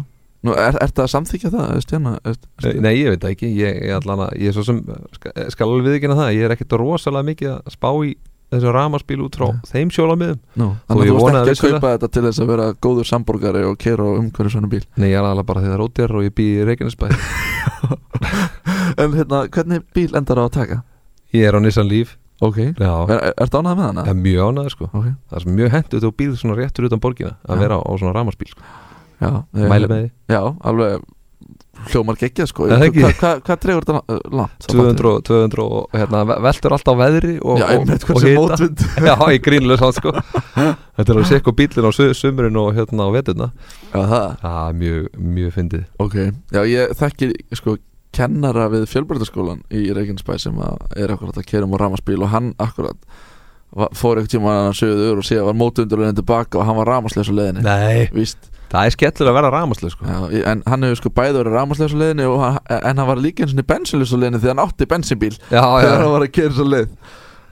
Nú, er, er það að samþykja það, þú veist, hérna, þú veist,
Nei, ég veit það ekki, ég, ég, allan að, ég er svo sem skal, skal alveg viðkynna það, ég er ekkert rosalega mikið að spá í þessu ramaspíl út frá þeim sjólamið
Nú, þannig að
ég
þú
vona
varst
að
ekki að
vissulega-
kaupa þetta til þess að vera góður samborgari og kera og umhverju svona bíl
Nei, ég er alveg bara því það er ódýr og ég bý í Reykjanesbæ
En hérna, hvernig bíl endar á að taka?
Ég er á Nissan Leaf
Ok Er,
Já,
er, ertu ánægð með hana?
það er mjög ánæður sko
Ok,
Það er svo mjög hendur þegar þú býð svona réttur utan borgina
Já.
að vera á, á svona ramaspíl sko.
já eh,
Mæli með því
Já, alveg hljómar geggjað sko
Er það ekki?
Hvað hva, hva dregur þetta la- eh, langt?
200, og- 200 og hérna, ve- veltur alltaf á veðri og,
Já,
og,
einmitt
og
hversu mótvind
Já, ég grínlega sá sko Þetta er alveg sekk og bílinn á su- sumrin og hérna á veturna
Já, það
Það er mjög, mjög fyndið
Ok Já, ég þekki sko kennara við fjölbjörnarskólan í Reykjanesbæ sem að er akkurat að kera um á ramaspíl og hann akkurat va- fór einhvern tíma að hann sögður og séð var mótundur og tilbaka og hann var ramaslösa leiðinni
Nei
Víst
Það er skellur að vera ramaslega sko
Já, ég- en hann hefur sko bæði verið rámaslösa leiðinni og hann, en hann var líka eins og bensinlösa leiðinni þegar hann átti bensinbíl
Já, já,
þegar hann var að kera svo leið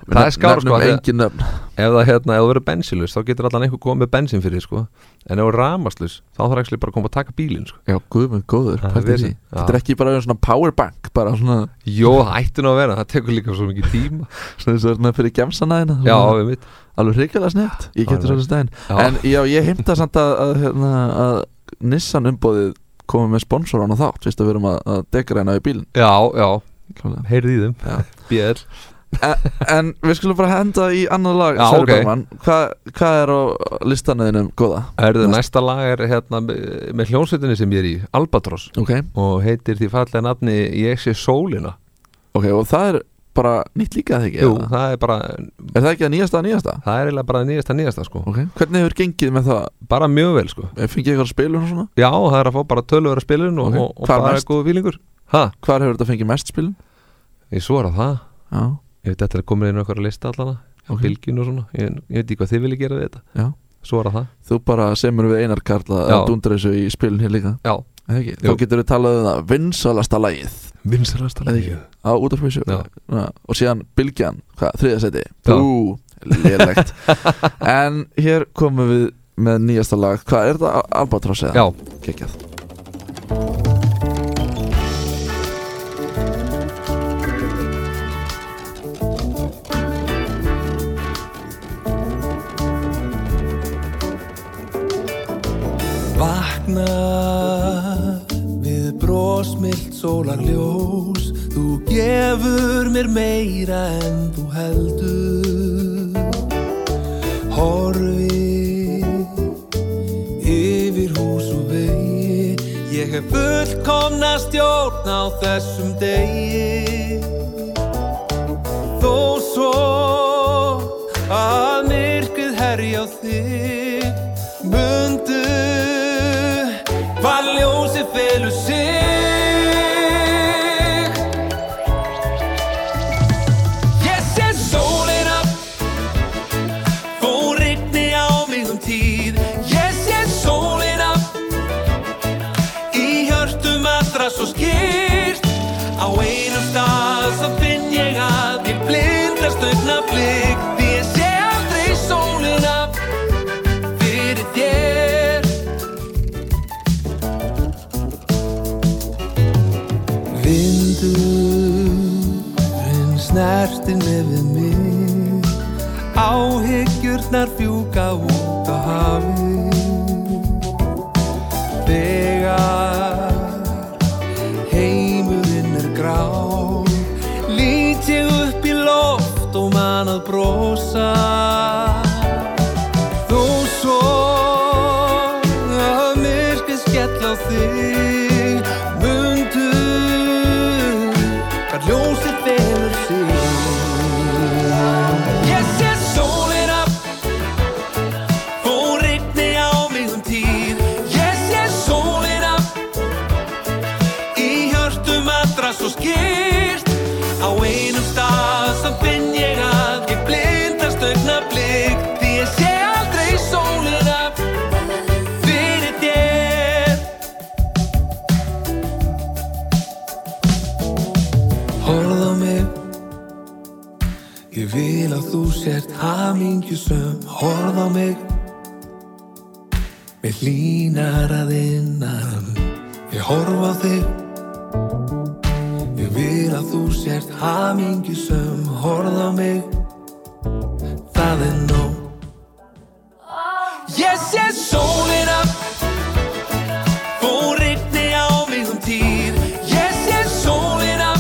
Það er skár, sko,
nefnum
því að-
engin nöfn
Ef það hérna, ef þú verður bensinlust þá getur allan einhver komið með bensin fyrir þig, sko En ef þú er ramaslust þá þarf ekki bara að koma að taka bílinn sko
já, guðmund góður,
Það er
pælti því
vesen, já.
þetta er ekki bara svona powerbank bara svona,
Jó, það ætti nú að vera, það tekur líka svo mikið tíma
svona, svona, svona fyrir gemsanæðina
Já, við mitt
alveg hrigalega snett, ég
Alveg.
getur svona stæðin
Já,
en já, ég heimta samt að, að, hérna, að Nissan umbóðið komið með sponsoran á þátt, veist að við erum að, að degræna í bílinn
já, já
Klálega.
heyrði í þeim
Já.
BL
E, en við skulum bara henda í annað lag
Já,
Sverrir
ok.
Bergmann. Hva- hvað er á listanöðinum góða?
Erðu, Næsta lag er hérna me- með hljónsutinni sem ég er í, Albatross
Ok,
og heitir því fallega nafni Ég sé sólina
ok, og það er bara nýtt líka þegar ekki?
Jú,
eða?
það er bara
Er það ekki að nýjasta að nýjasta?
það er eiginlega bara nýjasta nýjasta sko
Ok Hvernig hefur gengið með það?
bara mjög vel sko
Fengið eitthvað að spilun og svona?
Já, það er að fá bara tölvöra spilin
Ok.
og, og, og
Hvað er
bara
næst?
góð fílingur Hæ,
Hvar hefur þetta fengið mest spilun?
ég svara það
Já,
Ég veit þetta er komin inn á einhverja lista allana
Ok.
okay. Bilgin og svona, ég, ég veit ekki hvað þið vilja gera við þetta
já
Svara það
Þú bara semur við Einar Karla
Já.
að dundra þessu í spilun hér líka
Já,
Eða ekki?
Jú.
Þá getur við talað um það vinsalasta lagið
vinsalasta
Eða ekki? á út af fjössu
Já.
og síðan Bilgjan, hvað, þriðasæti Bú, lélegt En hér komum við með nýjasta lag Hvað er þetta? Albatross eða?
Já,
Kekjað
Vakna við brosmilt sólarljós Þú gefur mér meira en þú heldur Horfi yfir hús og vegi Ég hef fullkomna stjórn á þessum degi Þó svo að myrkrið herja á þig Mundu hvað ljósið felur sig Ég sé sólina Þó rigni á mig um tíð Ég sé sólina Í hjörtum allra svo skýrt Á einum stað sem finn ég að Ég blindast augna blik Því ég sé aldrei sólina Fyrir þér Vindurinn snertir mig við mig Áhyggjurnar fjúka út á hafið Þegar heimurinn er grá Lít ég upp í loft og man að brosa Þó svo sig Mundu Hvað ljósið felur sig Ég sé sólina Fór einni á mig um tíð Ég sé sólina Í hjörtum allra svo skýrt Á einum stað samt finn ég að Ég blindast augna blik Því ég sé aldrei sólina Fyrir þér Horð á mig Ég vil að þú sért hamingjusum Horð á mig Mér hlýnar að innan Ég horf á þig Ég vil að þú sért hamingjusum Horð á mig Það er nóg Ég sé sólina Fór rigni á mig um tíð Ég sé sólina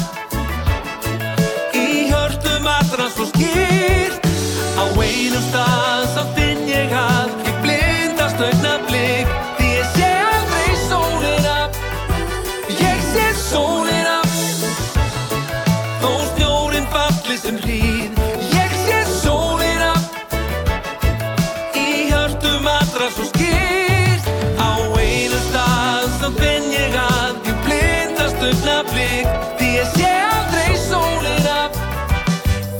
Í hjörtum allra svo skýrt Á einum stað samt finn ég að Ég blindast augna blik Því ég sé aldrei sólina Ég sé sólina Þó snjórin falli sem hríð Ég sé sólina Í hjörtum allra svo skýrt Á einu stað sem finn ég að Ég blindast augna blik Því ég sé aldrei sólina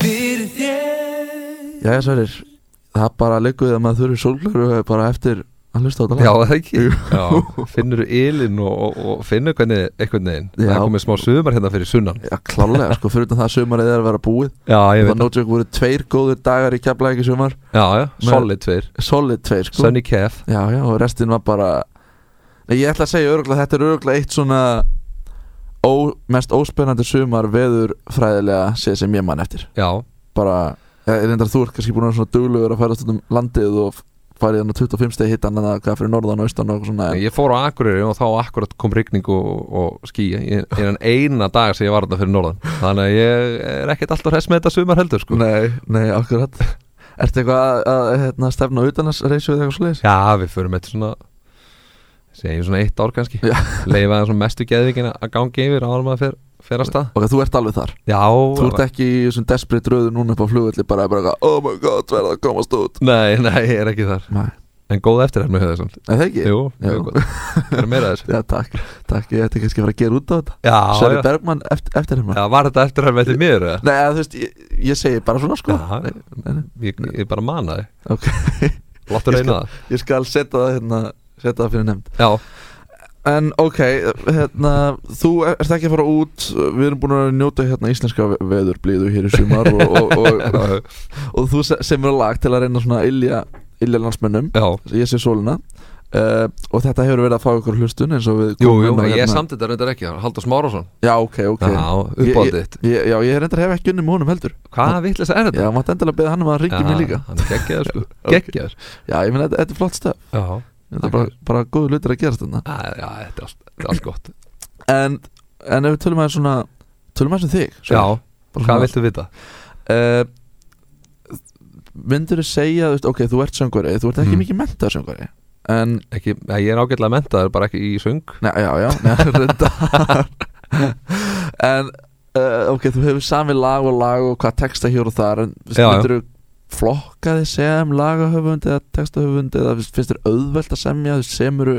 Fyrir þér
Jæja Sverir, það bara liggur við að maður þurfi sólgleru bara eftir að hlusta á þetta
Já,
lag
það ekki Já, finnur ylinn og, og, og finnur hvernig einhvern veginn Það
Já.
er komið smá sumar hérna fyrir sunnan
Já, klálega, sko, fyrir utan það að sumarið er að vera búið
Já, ég
Það
veit
nótjökk voru tveir góður dagar í keflæk í sumar
Já, já, solid tveir
Solid tveir, sko
Sunny Kef
Já, já, og restin var bara Nei, Ég ætla að segja öruglega, þetta er öruglega eitt svona ó, mest óspennandi sumar veður fræðilega séð sem ég man eftir
Já,
Bara, ég reyndar þú ert kannski búin að vera svona duglugur að færa stundum landið og farið hann á 25 stegi hittan en það fyrir norðan og austan og eitthvað svona en-
ég fór á Akureyri og þá akkurat kom rigning og, og skýja Ég er enn eina dag sem ég var þarna fyrir norðan Þannig að ég er ekkert alltaf hress með þetta sumar heldur sko
Nei, nei, akkurat Ertu eitthvað að, að hérna, stefna utanlandsreisu eða eitthvað sliðis?
Já, við förum eitt svona Segjum svona eitt ár kannski
Já.
Leifa það svona mestu geðvikina að gangi yfir áður en maður fer, fer að stað
Ok, þú ert alveg þar
Já,
Þú ert ekki í þessum desperate röðu núna upp á flugulli bara, bara eitthvað, oh my god, verða að komast út
Nei, nei, ég er ekki þar
Nei,
En góð eftir hefnum hefði þessum
er það ekki?
Jú, mjög
Jú.
gott Það er meira af þessu
Já, takk, takk, ég ætti kannski að fara að gera út á þetta
Já,
Sverri
já,
Bergmann eftir, eftir hérna
já var þetta eftir hefnum eftir mér eða?
Nei, eða, þú veist, ég, ég segi bara svona sko
Já,
nei, nei, nei.
Ég, ég bara mana þið
Ok,
Láttu
Ég
reyna það
ég skal setja það hérna setja það fyrir nefnd
Já,
En ok, hérna, þú ert ekki að fara út Við erum búin að njóta hérna íslenska ve- veðurblíðu hér í sumar og, og, og,
já,
og þú se- semur lag til að reyna svona ilja, ilja landsmönnum
já
ég sé sólina uh, og þetta hefur verið að fá ykkur hlustun eins og við
Jú,
komum
jú,
inn á
ég samt þetta reyndar ekki Haldur Smárásson
já, ok, hérna. ok
Já, uppáldið þitt
Ég- ég- já, ég reyndar hef ekki unni með honum heldur
Hvaða vitleisa er þetta?
já, maður endilega beða hann um að ringi mér líka
Hann er geggjaður sko
Ok.
Geggjaður
já, ég meina, þetta- þetta er flott stöf
Já,
þetta
Takk
er bara, bara góðu hlutir að gerast þarna
Æ, já, þetta er allt, þetta er allt gott
en, en ef við tölum aðeins svona tölum aðeins um þig
Já,
bara
hvað
svona-
viltu vita?
Eh, myndirðu segja, þú veist, ok, þú ert söngveri þú ert ekki
Mm.
mikið mentað söngveri en
Ekki, ja, ég er ágætlega mentaður, bara ekki í söng
Nei, já, já, nei, reyndar En uh, ok, þú hefur sami lag og lag og hvað texta hér og þar En
Já, já.
myndir þú flokka þig sem lagahöfund eða textahöfund eða finnst finnst þér auðvelt að semja þú semur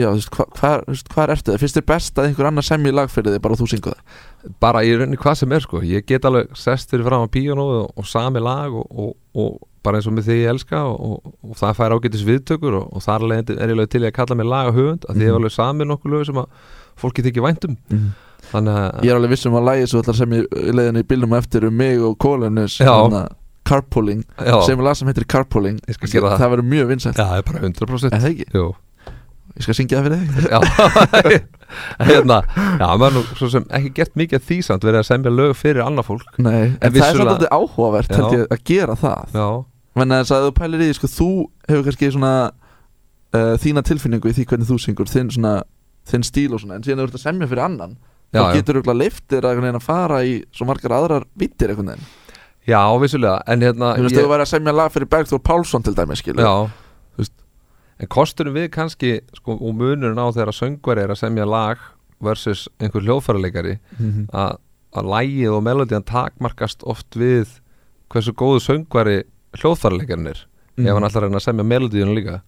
Já, þú veist, hva, hva, þú veist, hvað ertu það? Finnst þér best að einhver annar semji lag fyrir þig bara þú syngu það?
bara í rauninni hvað sem er sko ég get alveg sest fyrir fram á píónu og, og sami lag og, og, og bara eins og með því ég elska og, og, og það fær ágætis viðtökur og, og þar leðandi er ég alveg til í að kalla mig laga höfund að því ég hef alveg samið nokkuð lög sem að fólki þykir væntum
Mhm.
þannig að
Ég er alveg viss um að lagi sem þú ætlar að semja í leiðinni í bílnum á eftir um mig og Kólenus
Já.
Carpooling,
já,
sem lag sem heitir Carpooling
Ég skal gera það.
Það verður mjög vinsælt
já, það er bara 100%
Er það ekki?
Jú,
Ég skal syngja það fyrir þig
já, hérna, já, maður er nú svo sem ekki gert mikið af því samt verið að semja lög fyrir annað fólk
Nei, en, það er
vissulega-
svolítið áhugavert held
Já.
ég, að gera það
já,
Menna þess að ef þú pælir í, því, sko, þú hefur kannski svona uh, þína tilfinningu í því hvernig þú syngur þinn, svona, þinn stíl og svona en síðan þú ert að semja fyrir annan
Já,
þá
já.
getur þú leiftir að, einhvern veginn að fara í svo margar aðrar vittir einhvern veginn
já, vissulega en hérna
Þú veist,
ég-
ef þú væri að semja lag fyrir Bergþór Pálsson til dæmi skilur
Já
Þú veist.
en kosturum við kannski sko, og munurinn á þegar að söngveri er að semja lag versus einhver hljóðfæraleikari að, að lægið og melodiðan takmarkast oft við hversu góðu söngveri hljóðfæraleikarin er ef hann ætlar að reyna að semja melodiðun líka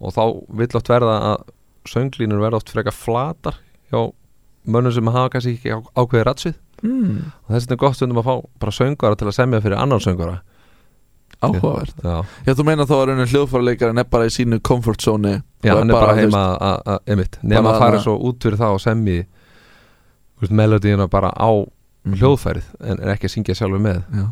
og þá vill oft verða að sönglínur verða oft frekar flatar hjá mönnum sem hafa kannski ekki á- ákveðið ratsvið
mm,
og þess vegna er gott stundum að fá bara söngvara til að semja fyrir annan söngvara
áhugavert
Já,
Já, þú meina þá að raunin hljóðfæraleikarin er bara í sínu comfort zone
Já
og
hann er bara
þú
heima að- að- að- einmitt, nema
bara
að fara
að-
svo út fyrir það og semji melodíuna bara á
Mhm.
hljóðfærið en, en ekki að syngja sjálfur með
Já.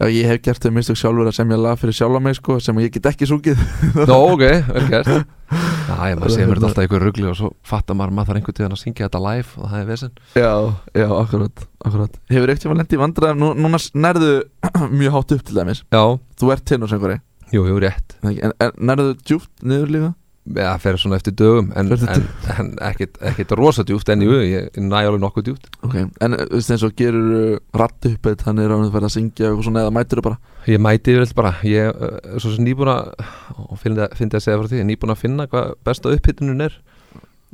Já, ég hef gert þau mistök sjálfur að semja lag fyrir sjálfa mig sko, sem ég get ekki sungið
Nó, ok, vel gert Já, ég maður
Það er
segir mér þetta
hérna-
alltaf ykkur rugli og svo fattar maður að maður þarf einhvern tíðan að syngja þetta live og það er vesinn
Já, já, akkurat, akkurat. Hefur ekkert tíma lendið í vandræðum Nú, Núna nærðu mjög hátt upp til dæmis
Já,
Þú ert tinn og söngvari
jú, jú, rétt
En, en nærðu djúpt niður líka?
Já, fer svona eftir dögum en,
Fer eftir
en, en ekkit, ekkit rosa djúpt en jú, ég næ alveg nokkuð djúpt
Ok, en eh, þú veist eins og gerur ratt upp eitt Hann er ánum að fara að syngja og eitthvað svona eða mætur bara
Ég mæti yfirleitt bara Ég uh, svo sem nýbúin að og finna, finna að segja frá því, ég er nýbúin að finna hvað besta upphittunum er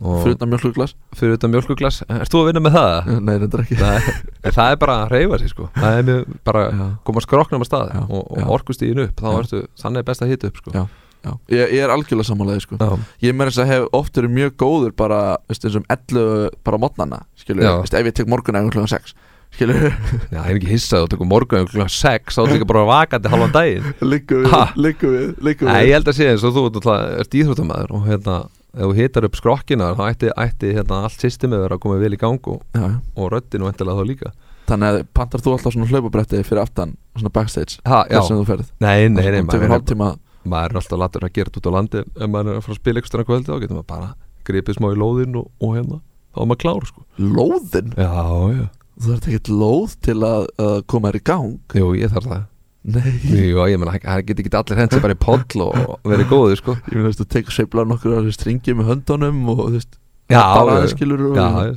og
Fyrir utan mjölkluglas
fyrir þetta mjölkuglas Ert þú að vinna með það?
Eh, Nei, reyndar ekki
Nei, en það er bara að reyfa sig sko Það er mjög bara
Já.
koma skrokknum að stað
Já,
og,
já.
og orkust í upp þá
Já.
ertu, þannig er best að hita upp sko
Já. Já, ég, ég er algjörlega sammálaði sko
Já.
Ég meira þess að hef oft verið mjög góður bara þú veist, eins og um 11 bara mótnana Skilur,
Já.
þú veist, ef ég tek morgun eða klukkan 6 Skilur,
Já, ég er ekki hissað og tökum morgun um klukkan 6 þá er líka bara vakandi halvan daginn
liggum við,
Ha?
liggum við, liggum
Nei,
við
ég held að sé eins og þú náttúrulega ert íþróttamæður og hérna, ef þú hitar upp skrokkina þá ætti, ætti hérna, allt systemið vera að koma vel í gang og,
Já, já.
og röddin og endilega þá líka
Þannig að pantar þú alltaf svona hlaupabretti fyrir aftan Svona backstage
ha, Já,
Þar sem þú ferð
nei, nei, nei,
Og
maður
tekur
er, hérna.
hálftíma
maður er alltaf latur að gera þetta út á landi ef maður er að fara að spila ekstra kvöldi þá getur maður bara gripið smá í lóðin og, og hérna þá er maður klár sko
Lóðin?
Já, já
Þú þarf ekkert lóð til að uh, koma þér í gang
Jú, ég þarf það
Nei
Jú, ég menna, það getur ekki allir hendur bara í poll og og verið góðu sko
Ég meina, þú veist, þú tekur sveifla nokkur að stringi með höndunum og þú veist,
Já,
bara
já,
aðeins skilur og
já, já.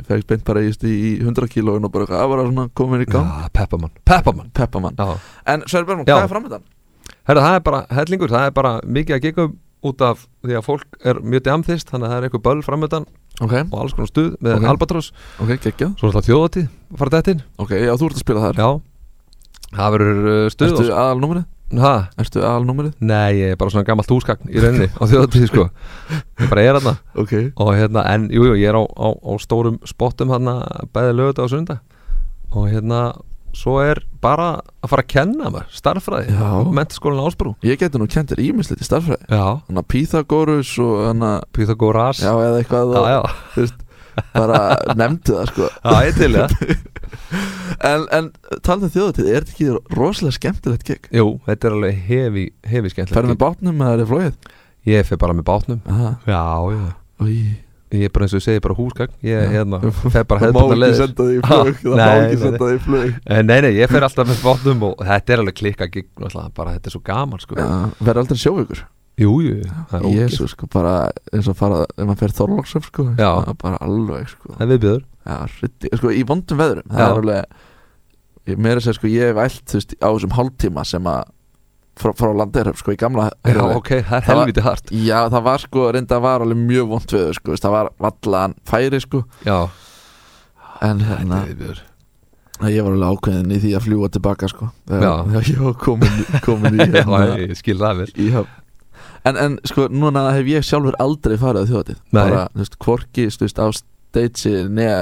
ég fækst beint bara just, í, í 100 kílóin og bara eitthvað, að bara svona komin í gang
já Peppamann Peppamann
Peppamann
Já
En Sverri Bergman,
Já.
hvað er framöndan?
Herra, það er bara hellingur, það er bara mikið að gegum út af því að fólk er mjög damþist þannig að það er eitthvað böl framöndan
Ok,
og alls konar stuð með
Ok.
Albatross
ok, geggjað
Svo er það þjóðatíð, fara þetta inn
Ok, já, þú ert að spila þar
Já, það verður uh, stuð
Ertu
og-
aðalnúmerið?
Ha?
Ertu aðalnúmerið?
Nei, ég er bara svona gammalt húsgagn í rauninni á þjóðatíð sko Ég bara er þarna
Ok
og hérna, en jú, jú, ég er á, á, á stórum spottum hérna, bæði lögut á sunda og hérna, svo er bara að fara að kenna maður, starffræði
Já.
mentaskólan ásbrú
Ég geti nú kent þér ímislegt í starffræði
Já,
Þannig að Pythagoras og hann að
Pythagoras
Já, eða eitthvað
já,
og,
já.
Þú veist, bara nefndu það sko
Já, ég til það
En, en talað um þjóðatíð, er þetta ekki rosalega skemmtilegt gig?
Jú, þetta er alveg hefi, hefi skemmtilegt
Færðu með bátnum eða er það flóið?
Ég fer bara með bátnum
Aha,
Já, já
Í,
Ég er bara eins og ég segi bara húsgagn Ég er hérna, fer bara
það má
hefðbundna
ekki
leiðir.
senda þig í flug
Ha,
Það má
nei,
ekki
nei,
senda þig í flug
Eh, Nei, nei, ég fer alltaf með bátnum og þetta er alveg klikka gig náttúrulega, bara þetta er svo gaman sko
Verð aldrei sjóvíkur
Jú, jú, það er ógeð
Jésu sko, bara eins og fara Ef maður fer Þorlóksöf sko
Já.
það er Bara alveg sko
Það er viðbjöður
Já, hrylli, sko, í vondum veðrum Það
Já.
er alveg Ég meira að segja sko, ég hef ælt þú veist, á þessum hálftíma sem að frá, frá landeirhöf sko í gamla
Já,
Herjólfi.
ok, það er
Það var-
helviti hart
Já, það var sko, reynda var alveg mjög vond veður sko, veist, það var vallan færi sko
Já,
en
þetta
hérna,
er viðbjöður
ég var alveg ákveðin í því að fljúa tilbaka sko
Já.
þegar ég var komin, komin í
Já,
hérna,
ég- ég skil það vel
í höfn en, en sko, núna hef ég sjálfur aldrei farið á þjóðatíð
Nei.
bara, þú veist, kvorki, þú veist, á stage neða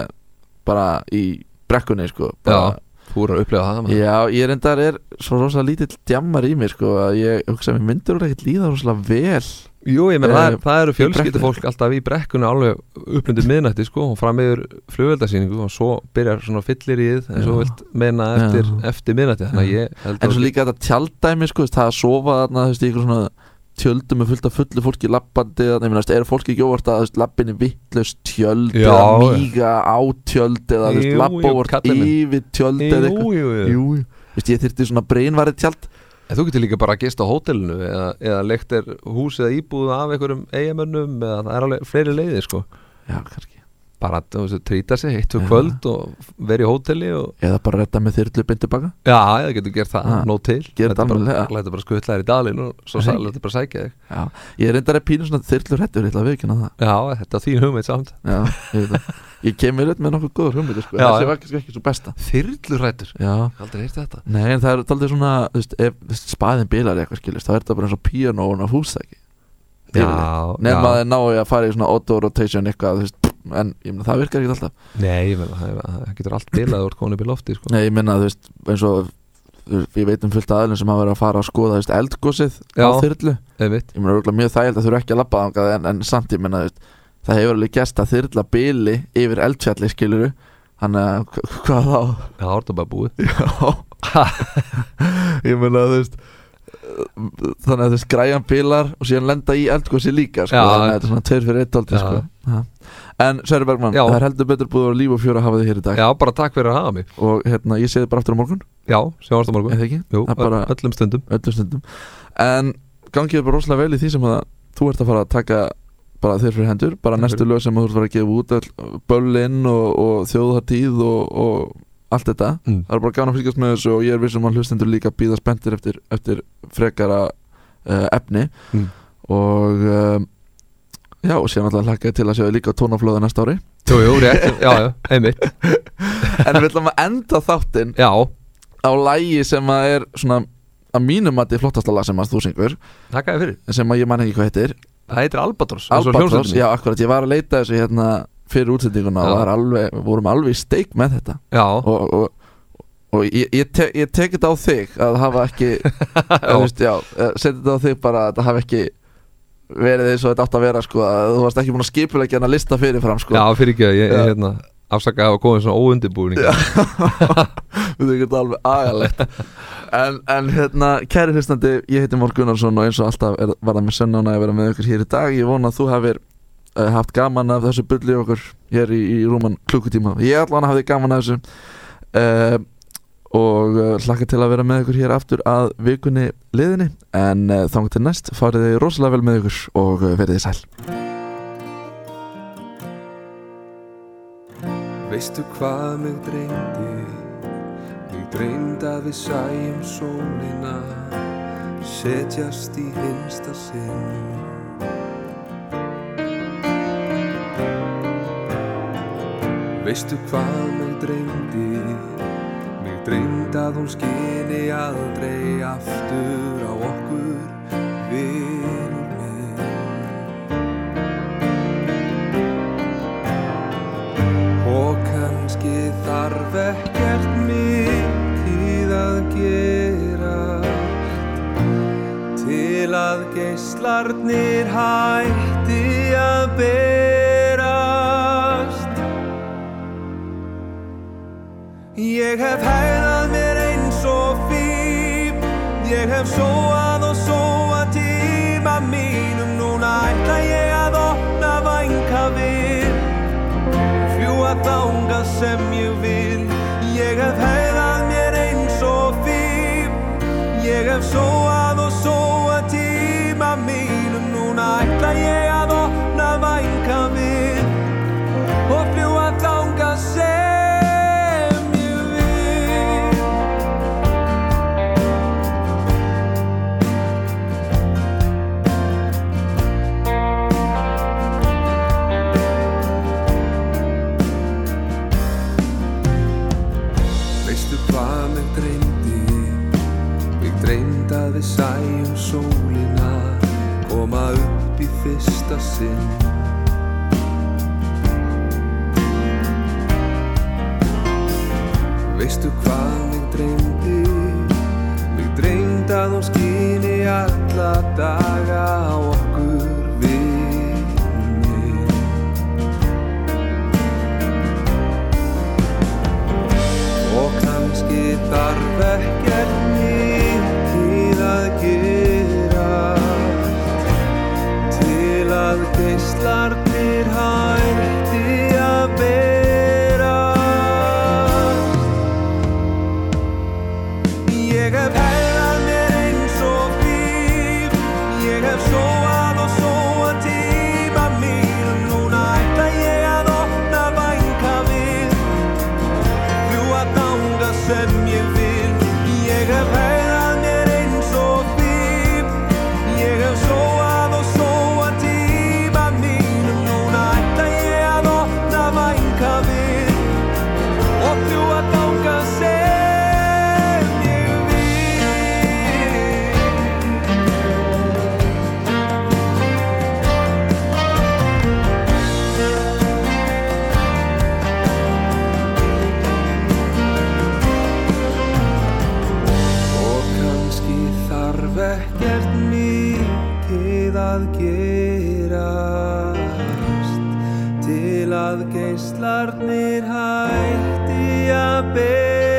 bara í brekkunni, sko bara,
Já, þú eru að upplega það maður
já, ég reyndar er svo rosalega lítill djammar í mér, sko að ég hugsa, mér myndur úr ekkert líða rosalega vel
Jú, ég menn, það,
Eh,
er- það eru
brekkunni.
fjölskyldufólk alltaf í brekkunni alveg upplundið miðnætti sko og fram yfir flugveldasýningu og svo byrjar svona fyllir í þið en svo
Já.
vilt meina eftir,
Já.
eftir miðnætti þannig að ég held
en
að
svo líka þetta tjaldæmi, sko, þú veist, það að sofa þarna, þú veist, í ykkur svona tjöldum með fullt af fullu fólki lappandi þarna, ég meina, er fólki ekki óvart að þú veist, lappinni vittlaus tjöld
Já,
eða
já.
míga á tjöld eða þú
Jú,
veist,
jú,
lappa óvart
kallinn minn.
yfir tjöld eða eitthvað
Jú, jú, jú.
Jú, jú. Vist, ég þyrfti svona breinvarið tjald
En þú getur líka bara að gista á hótelinu eða, eða leikt er hús eða íbúð af einhverjum eigamönnum eða það er alveg fleiri leiðir sko
Já, kannski
bara þú veist, trýta sig,
Já.
hittu kvöld og verið í hóteli og
Eða bara redda með þyrlu bindibaka
já, það getur gert það,
Já.
nóg til
Gerðu
Þetta
þetta
bara,
almennilega.
lætur bara skutla þér í dalinn og svo
Nei.
sælir þetta bara sækja þig
Já, ég er reyndar að pínu svona þyrlur hættur Ég ætla að viðkynna það
Já, þetta er þín hugmynd samt
Já, ég veit það Ég kemur upp með nokkuð góður hugmyndir sko.
Já,
Þessi
já.
var kannski ekki svo besta
Þyrlurættur,
Já,
aldrei heyrti þetta
Nei, en það er taldið svona, þú veist, ef þú veist, spaðin bilar eða eitthvað skilist, þá er þetta bara eins og píanóun á húsæki.
Já,
Nefn að
já.
þeir nái að fara í svona auto-rotation eitthvað, þú veist, en ég meina, það virkar ekki alltaf.
Nei, ég meina, það er- það getur allt bilað úr konu upp í lofti, sko
Nei, ég meina, þú veist, eins og, þú veist, ég veit um fullt aðeins sem hafa verið að fara að skoða, þú veist, eldgósið á
Já.
þyrlu.
Einmitt.
Ég meina, örugglega mjög þægild að þú eru ekki að labba þangað, en, en samt, ég meina, þú veist, það hefur alveg gæst að þyrla bili yfir eldfjalli, skiluru, þannig að, hva- hvað þá?
Já, það er þetta bara búið
Já Ég meina þú veist Þannig að þú veist græjan bílar Og síðan lenda í eldgósi líka sko,
Já,
Þannig að þetta er svona tveir fyrir eitt
Já.
aldrei sko. Ha. En Sverri Bergman,
Já.
það er heldur betur búið á líf og fjóra að hafa þig hér í dag
Já, bara takk fyrir að hafa mig
Og hérna, ég sé þið bara aftur á morgun
Já, sjáumst á morgun
Eða ekki,
Jú,
það er bara-
öllum stundum
öllum stundum En gangið bara rosalega vel í því sem að Þú ert að fara að taka bara þér fyrir hendur Bara
Takk
næstu lög sem þú ert að fara að gefa út öll, Böllinn og, og þjóðartíð og, og allt þetta
Mm.
það er bara gana að fylgjast með þessu og ég er vissum að hlustendur líka býða spenntir eftir, eftir frekara uh, efni
Mm.
og um, já, og síðan alltaf hlakkaði til að sjá þau líka á tónaflóða næsta ári
Jú, jú, rétt, já, já, einmitt
en við ætlum að enda þáttinn
Já,
á lægi sem að er svona að mínum að þið flottasta lag sem að þú syngur
takk að fyrir
sem að ég man ekki hvað heitir
Það heitir Albatross eins og
Albatross,
hljómsveitin.
já akkurat, ég var að leita þessu hérna fyrir útsendinguna
Já.
og var alveg, við vorum alveg í steik með þetta
Já,
og, og, og ég, ég, te, ég tek þetta á þig að hafa ekki
Já.
þú veist, já, eh, setja þetta á þig bara að það hafi ekki verið eins og þetta átt að vera sko, að þú varst ekki búin að skipulegja hann að lista fyrirfram sko.
já fyrir ekki að ég,
Já.
ég hérna, afsaka að hafa komið svona óundibúning
við þykir þetta alveg agalegt en, en hérna, kæri hlustandi ég heiti Mór Gunnarsson og eins og alltaf er, var það með sönnuna að vera með ykkur hér í dag ég vona að þú hafir uh, haft gaman af þessu bulli okkur hér í, í rúman klukkutíma ég allan hafði gaman af þessu uh, og uh, hlakka til að vera með ykkur hér aftur að vikunni liðinni en uh, þangt til næst farið þið rosalega vel með ykkur og uh, verið þið sæl
Veistu hvað mig dreymdi? Mig dreymdi að við sæjum sólina Setjast í hinsta sinn Veistu hvað mig dreymdi? Mig dreymdi að hún skyni aldrei aftur á okkur vinur minn Og kannski þarf ekkert mikið að gera Til að geislarnir hætti að berast Ég hef hæðað mér eins og fým Ég hef sóað og sóað tíma mínum Núna ætla ég að opna vænka við fljúa þangað sem ég vil Ég hef hegðað mér eins og fým Ég hef sóað og sóað tíma mínum Núna ætla ég að opna vænka við Og fljúa þangað sem ég vil Veistu hvað mig dreymdi? Mig dreymdi að við sæjum sólina Koma upp í fyrsta sinn Veistu hvað mig dreymdi? Mig dreymdi að hún skyni alla daga á okkur vinni Og kannski þarf ekkert mikið að gera Til að geislarnir hætti að berast Ég hef hæðað mér eins og fýr Ég hef sóað að geislarnir hætti að beina er er er er